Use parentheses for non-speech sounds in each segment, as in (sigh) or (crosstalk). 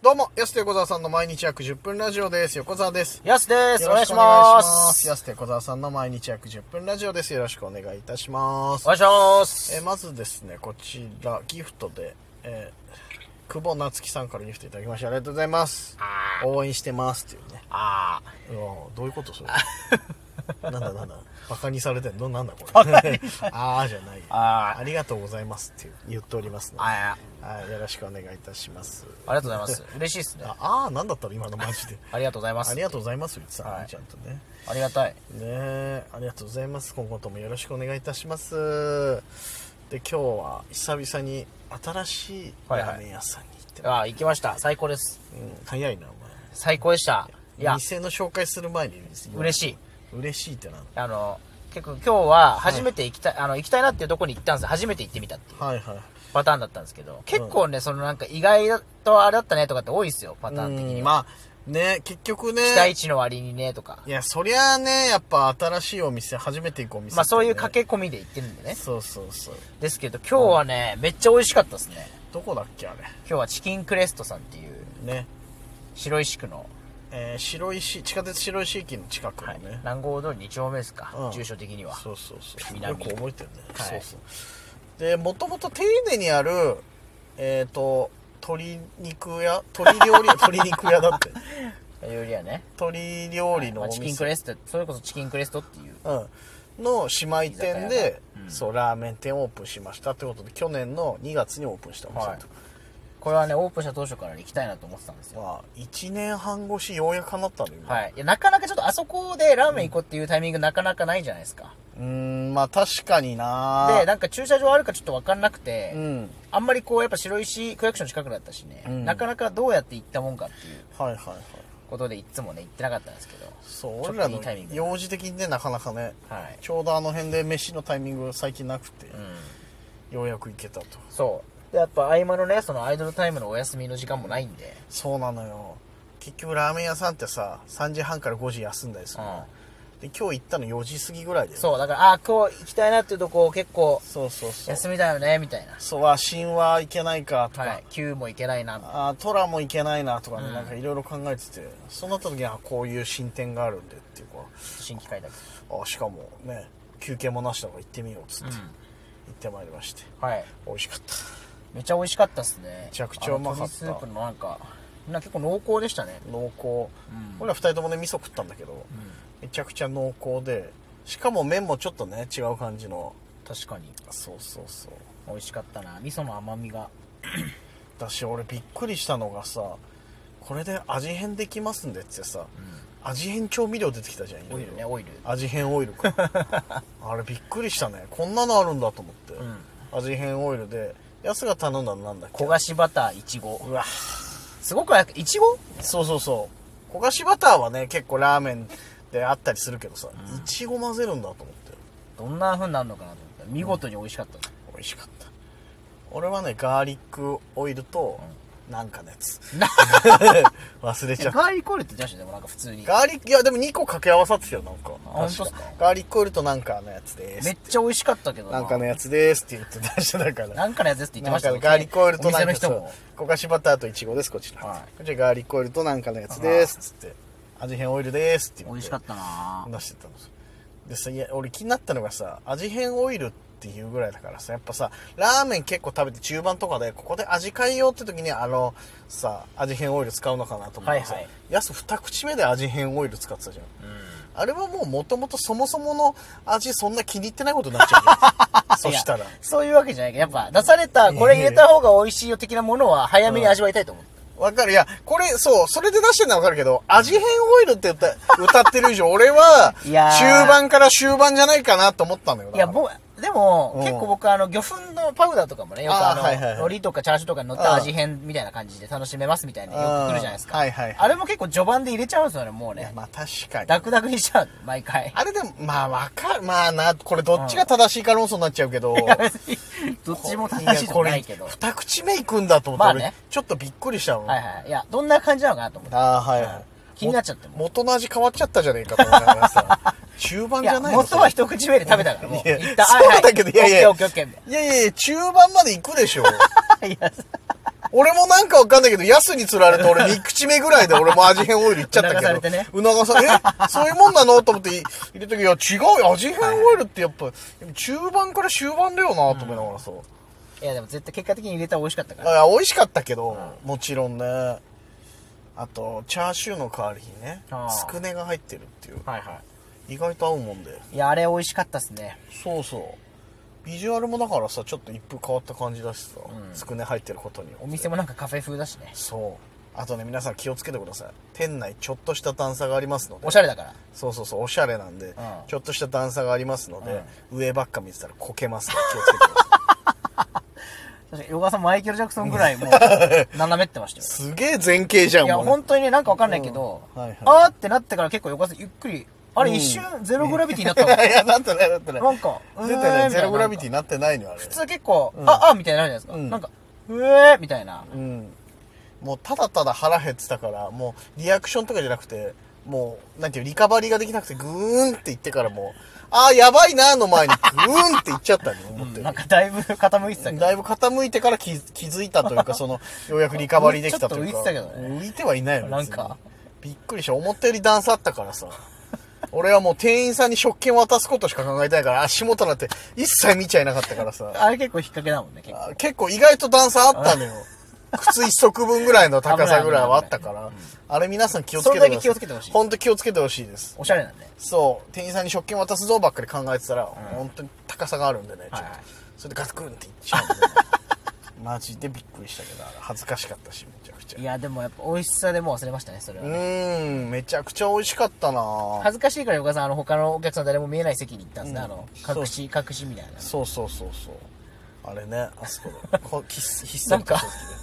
どうも、安手横沢さんの毎日約10分ラジオです。横沢です。やすです。よおろ願いしくしまお願いしす。安手横沢さんの毎日約10分ラジオです。よろしくお願いいたしますお。願いします。えーまずですね、こちら、ギフトで、えー久保夏樹さんからギフトいただきましてありがとうございます。応援してますっていうね。ああ。うわどういう (laughs) ことそれ。なんだなんだバカにされてんのなんだこれ。 (laughs) ああじゃないよ。あーありがとうございますっていう言っておりますね。ああ。あはい、よろしくお願いいたします。りがとうござい (laughs) ます。嬉しいですね。ああー、なんだったの今のマジで。ありがとうございます。ありがとうございます、言ってたのはね、いちゃんとね。ありがたい。ねえありがとうございます。今後ともよろしくお願いいたします。で、今日は久々に新しいはいはいラーメン屋さんに行って、ああ、行きました。最高です。うん、早いな、最高でした。おい前。や、店の紹介する前に嬉しい。い。嬉しいってなんだあの、結構今日は初めて行きたい、あの、行きたいなっていうとこに行ったんです初めて行ってみたっていうはいはい。パターンだったんですけど、結構ね、そのなんか意外とあれだったねとかって多いですよ、パターン的うにん、は。まあ、ね結局ね。期待値の割にね、とかい。や、そりゃあね、やっぱ新しいお店、初めて行くお店、まあそういう駆け込みで行ってるんでけね。そうそうそう。ですけど、今日はね、めっちゃ美味しかったですね。どこだっけ、あ今日はチキンクレストさんっていうれ。ね。白石区の、えー白石、地下鉄白石駅の近くのね。南郷通り2丁目ですか、うん住所的にはそうそうそうよ南く覚えてるね、はいそうそうでもともと丁寧にあるえっ、と鶏肉屋鶏 (laughs) 料理鶏肉屋だってよりはね鶏料理のまおあチキン店、クレストそれこそチキンクレストっていううん、の姉妹店居酒で、そうラーメン店オープンしましたってことで去年の2月にオープンしたお店と、はいこれはねオープンした当初から行きたいなと思ってたんですよまあ1年半越しようやく叶ったのよ、今はいいやなかなかちょっとあそこでラーメン行こうっていうタイミングなかなかないじゃないですかうーんまあ確かになでなんか駐車場あるかちょっと分かんなくて、うんあんまりこうやっぱ白石区役所の近くだったしね、んなかなかどうやって行ったもんかっていうはいはいはいことでいつもね行ってなかったんですけどそうちょ俺っとらいいのタイミング用事的にねなかなかねはい、ちょうどあの辺で飯のタイミングが最近なくて、うん、ようやく行けたと。そうでやっぱ合間のねそのアイドルタイムのお休みの時間もないんでそうなのよ。結局ラーメン屋さんってさ、3時半から5時休んだりするの、で、今日行ったの4時過ぎぐらいで。そう、だから、あー今日行きたいなっていうとこ結構、そうそうそう。休みだよね、みたいな。そうは、神話行けないかとか、はい。9も行けないな、みたいなあトラも行けないなとかね、うんなんかいろいろ考えてて、そうなった時にはこういう進展があるんでっていうか、新規開拓。あしかもね、休憩もなしだから行ってみようっつって、行ってまいりまして。はい。美味しかった。めちゃ美味しかったっすね。めちゃくちゃうまかったスープのなんか、なんか結構濃厚でしたね。濃厚、俺ら2人ともね味噌食ったんだけど、めちゃくちゃ濃厚でしかも麺もちょっとね違う感じの確かに。そうそうそう美味しかったな。味噌の甘みが。私俺びっくりしたのがさこれで味変できますんでってさ、味変調味料出てきたじゃんオイルね、オイル。味変オイル (laughs) かあれびっくりしたねこんなのあるんだと思って、ん味変オイルでやすが頼んだのなんだっけ焦がしバター、いちご。うわすごくないいちごそうそうそう焦がしバターはね結構ラーメンであったりするけどさ、いちご混ぜるんだと思ってどんな風になるのかなと思ったら見事に美味しかった。美味しかった俺はねガーリックオイルと、なんかのや (laughs) つ忘れちえ、ゃったガーリックオイルって出してでもなんか普通に。ガーリックいやでも2個掛け合わさってたよなんかあ本当っすかガーリックオイルとなんかのやつでめすっちゃ美味しかったけどなんかのやつですって言って出してたからなんかのやつですって言ってなまんしたかよのガーリックオイルとおな店んのかそ人うも。焦がしバターといちごですこっちの、はいこっちらガーリックオイルとなんかのやつですっつって味変オイルですって言って美味しかったな出してたんですよでさいや俺気になったのがさ味変オイルっていうぐらいだからさやっぱさラーメン結構食べて中盤とかでここで味変えようって時にあのさ味変オイル使うのかなと思ってさ、はいはいやす二口目で味変オイル使ってたじゃん、あれはもうもともとそもそもの味そんな気に入ってないことになっちゃう (laughs) じゃんそしたらいやそういうわけじゃないけどやっぱ出されたこれ入れた方が美味しいよ的なものは早めに味わいたいと思う、わかるいやこれそうそれで出してるのはわかるけど味変オイルって歌歌ってる以上俺はいやー中盤から終盤じゃないかなと思ったのよだからいや僕でも、うん結構僕あの魚粉のパウダーとかもねよくあーあの、はいはいはい海苔とかチャーシューとかに乗っうんた味変みたいな感じで楽しめますみたいなよく来るじゃないですか、うんはいはいあれも結構序盤で入れちゃうんですよねもういやねまあ確かにダクダクにしちゃう毎 (laughs) 回あれでも、まあわかる。まあな、これどっちが正しいか論争になっちゃうけど。どっちも正しいとこないけどやこはれ二口目いくんだと思って、まあね俺ちょっとびっくりしたの。いはいいやどんな感じなのかなと思ってああ、はいはい。気になっちゃってもも元の味変わっちゃったじゃねえかと思いながら (laughs) さ。中盤いじゃやないの元は一口目で食べたからもいうやいったそうだけどいやいやオッケーオッケーオッケーみたいないやいやいや、中盤まで行くでしょ。いや、俺もなんかわかんないけど、ヤスに釣られて (laughs) 俺3口目ぐらいで俺も味変オイルいっちゃったけど。促されてね促され (laughs) えそういうもんなのと思ってい入れたけど、いや違うよ、味変オイルってやっぱ、中盤から終盤だよなと思いながらさ。いやでも絶対結果的に入れたら美味しかったからあ美味しかったけど、もちろんね。あと、チャーシューの代わりにねあ、ーつくねが入ってるっていう。はいは意外と合うもんで。いいやあれ美味しかったっすねそうそう。ビジュアルもだからさ、ちょっと一風変わった感じだしさ、つくね入ってることによってお店もなんかカフェ風だしねそうあとね皆さん気をつけてください店内ちょっとした段差がありますのでおしゃれだからそうそうそうおしゃれなんで、ちょっとした段差がありますので、上ばっか見てたらこけますから気をつけてください確かに小川さんマイケル・ジャクソンぐらいもう (laughs) 斜めってましたよすげえ前傾じゃんいやもう本当にねなんかわかんないけど、うんはいはいあーってなってから結構横川さんゆっくりあれ一瞬ゼログラビティに (laughs) なったも (laughs) ん、いやなってないなってないなんか出うてーなんみたいいゼなログラビティになってないのよあれ普通結構、ああみたいになるじゃないですか、うんなんかうえーみたいなうんもうただただ腹減ってたからもうリアクションとかじゃなくてもうなんていうリカバリーができなくてグーンって言ってからもうああやばいなーの前にグーンって言っちゃったの思ってるなんかだいぶ傾いてたけど、だいぶ傾いてから気気づいたという (laughs) か、その、ようやくリカバリーできたというか。ちょっと浮いてたけど浮いてはいないよ、なんか別に。びっくりした。思ったより段差あったからさ。 (laughs) 俺はもう店員さんに食券渡すことしか考えてないから、足元なんて一切見ちゃいなかったからさ。 (laughs) あれ結構引っ掛けだもんね結構あ結構意外と段差あった (laughs) のよ。靴一足分ぐらいの高さぐらいはあった (laughs) から。あれ皆さん気をつけてください。それだけ気をつけてほしいほんと気をつけてほしいです。おしゃれなんでそう、店員さんに食券渡すぞばっかり考えてたら、本当に高さがあるんでね、ちょっと。はいはいそれでガツクンっていっちゃうんで、マジでびっくりしたけ (laughs) ど、あれ恥ずかしかったし、めちゃくちゃい。やでもやっぱ美味しさでもう忘れましたねそれは、うーん、めちゃくちゃ美味しかったな恥ずかしいから横川さんあの他のお客さん誰も見えない席に行ったんですね、あの隠し隠しみたいなそうそうそうそう。あれね、あそこ (laughs) で。こひっひっそりとした時で。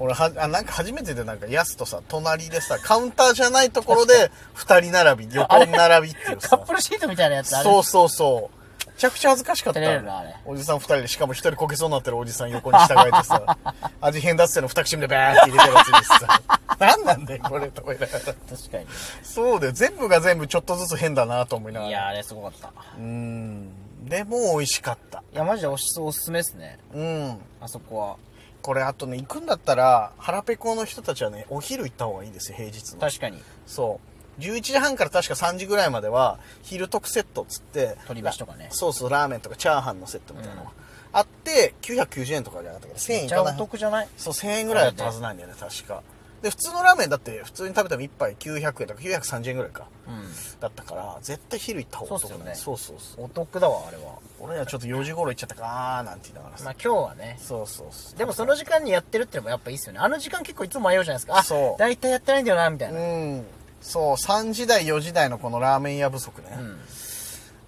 俺はあなんか初めてでなんかヤスとさ隣でさカウンターじゃないところで二人並 (laughs) び横並びっていうカさップルシートみたいなやつあれそうそうそう。めちゃくちゃ恥ずかしかった照れるなあれ。おじさん二人で、しかも一人こけそうになってるおじさん横に従えてさ、味変だっつっての二口目でバーンって入れてるやつにさ、なんなんだよこれと思いながら。確かにそうだよ、全部が全部ちょっとずつ変だなと思いながら。いやあれすごかったうーん。でも美味しかった。いやマジでおすおすすめですねうん。あそこはこれあとね、行くんだったら、腹ペコの人たちはね、お昼行った方がいいですよ、平日の。確かにそう。11時半から確か3時ぐらいまでは、昼特セットっつって、鶏飯とかねそうそう、ラーメンとかチャーハンのセットみたいなのが、あって、990円とかじゃなかったけど、1000円めいちゃかおない。得じゃないそう、1000円ぐらいだったはずなんだよね、確か。で、普通のラーメンだって、普通に食べても1杯900円とか930円ぐらいか。うんだったから、絶対昼行った方がお得だね。そそうそうそう。お得だわあれは俺らちょっと4時頃行っちゃったかーなんて言いながらさ。まあ今日はねそうそうそう。でもその時間にやってるってのもやっぱいいっすよねあの時間結構いつも迷うじゃないですかあそう大体やってないんだよなみたいうな、ん。そう、3時台、4時台のこのラーメン屋不足ね。うん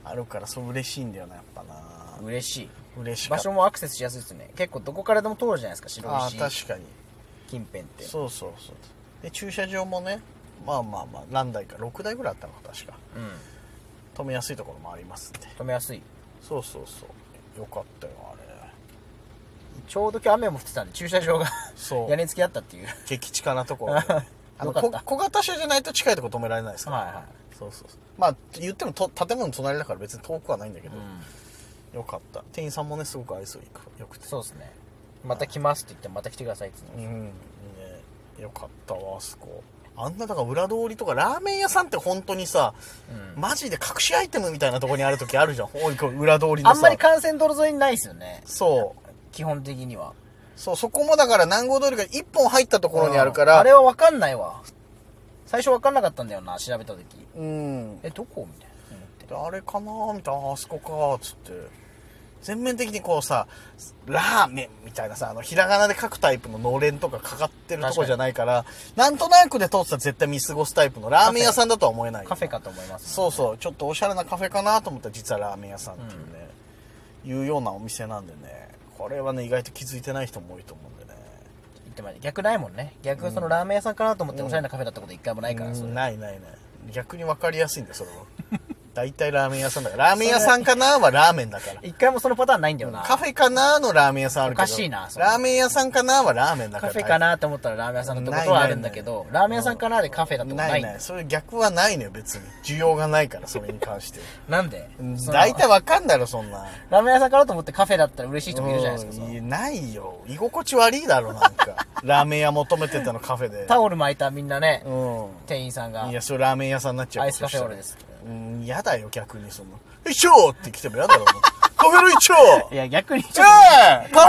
あるから、そう嬉しいんだよな、やっぱな。嬉し嬉しいかった。場所もアクセスしやすいですね結構どこからでも通るじゃないですか白ああ、石確かに。近辺ってそうそうそう。で、駐車場もね、まあまあまあ、何台か、6台ぐらいあったのか、確か。うん止めやすいところもありますんで。止めやすいそうそうそう。よかったよ、あれ。ちょうど今日雨も降ってたんで駐車場がそう屋根付きだったっていう激近なところであの (laughs) よかこった小型車じゃないと近いとこ止められないですから、はいはいそうそうそうまあ言ってもと建物の隣だから別に遠くはないんだけど、よかった店員さんもねすごく愛想いいかよくてそうですねまた来ますって言ってまた来てくださいって言ってうんねよかったわあそこあんなだから裏通りとかラーメン屋さんって本当にさ、マジで隠しアイテムみたいなとこにある時あるじゃんおいこう裏通りのさあんまり幹線道路沿いにないですよねそう基本的にはそうそこもだから南郷通りが一本入ったところにあるから、あれは分かんないわ最初分かんなかったんだよな調べた時うんえどこみたいな思ってであれかなーみたいなあそこかーっつって全面的にこうさラーメンみたいなさあのひらがなで書くタイプののれんとかかかってるとこじゃないからなんとなくで通ってたら絶対見過ごすタイプのラーメン屋さんだとは思えないよカフェかと思いますそうそうちょっとおしゃれなカフェかなと思ったら実はラーメン屋さんっていうね、いうようなお店なんでねこれはね意外と気づいてない人も多いと思うんでね言ってまいり逆ないもんね逆そのラーメン屋さんかなと思っておしゃれなカフェだったこと一回もないから、それないないない逆に分かりやすいんだよそれは (laughs) 大体ラーメン屋さんだから。ラーメン屋さんかなはラーメンだから。一回もそのパターンないんだよな。カフェかなのラーメン屋さんあるけど。おかしいなそれラーメン屋さんかなはラーメンだかカら。フェかなと思ったらラーメン屋さんのとことはあるんだけど、ラーメン屋さんかなでカフェだとなないいんだなよい。。それ逆はないのよ、別に。需要がないから、それに関して。なんで (laughs) その大体わかんだろ、そんな。ラーメン屋さんかなと思ってカフェだったら嬉しい人もいるじゃないですかそうんの。やないよ。居心地悪いだろ、なん (laughs) か。ラーメン屋求めてたの、カフェで。タオル巻いたみんなね、う店員さんがん。い、や、それラーメン屋さんになっちゃうアよイスカフェオレで。そすし。たらうん、やだよ、逆にその。一丁って来てもやだろ、もうカフェの一丁いや、逆にえちょっーカフェとオ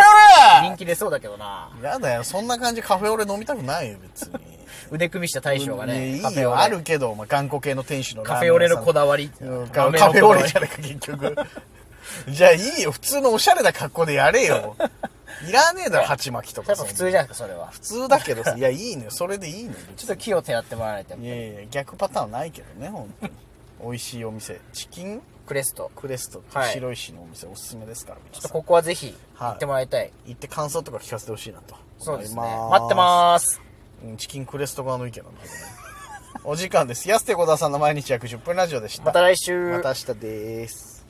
レ人気出そうだけどな。やだよ、そんな感じカフェオレ飲みたくないよ、別に。腕組みした大将がいね、いカフェオよ、レあるけど、お前、頑固系の店主のカフェオレのこだだわり。カラーメンフェオのこだわレりじゃないか、結局。じゃあいいよ、普通のおしゃれな格好でやれよ。いらねえだろ、鉢巻きとやかっぱ普通じゃないですか、それは。普通だけどさ、いや、いいのよ、それでいいのよ。ちょっと木を手当てもらわれてい、やいや、逆パターンはないけどね、本当に。美味しいお店。チキンクレスト。クレストってはい白石のお店おすすめですから、ちょ皆っさとんここはぜひ行ってもらいたい。行って感想とか聞かせてほしいなと。そうですね。思いす待ってまーす。うんチキンクレスト側の意見なんだけどね。お時間です。安手小田さんの毎日約10分ラジオでした。また来週。また明日です。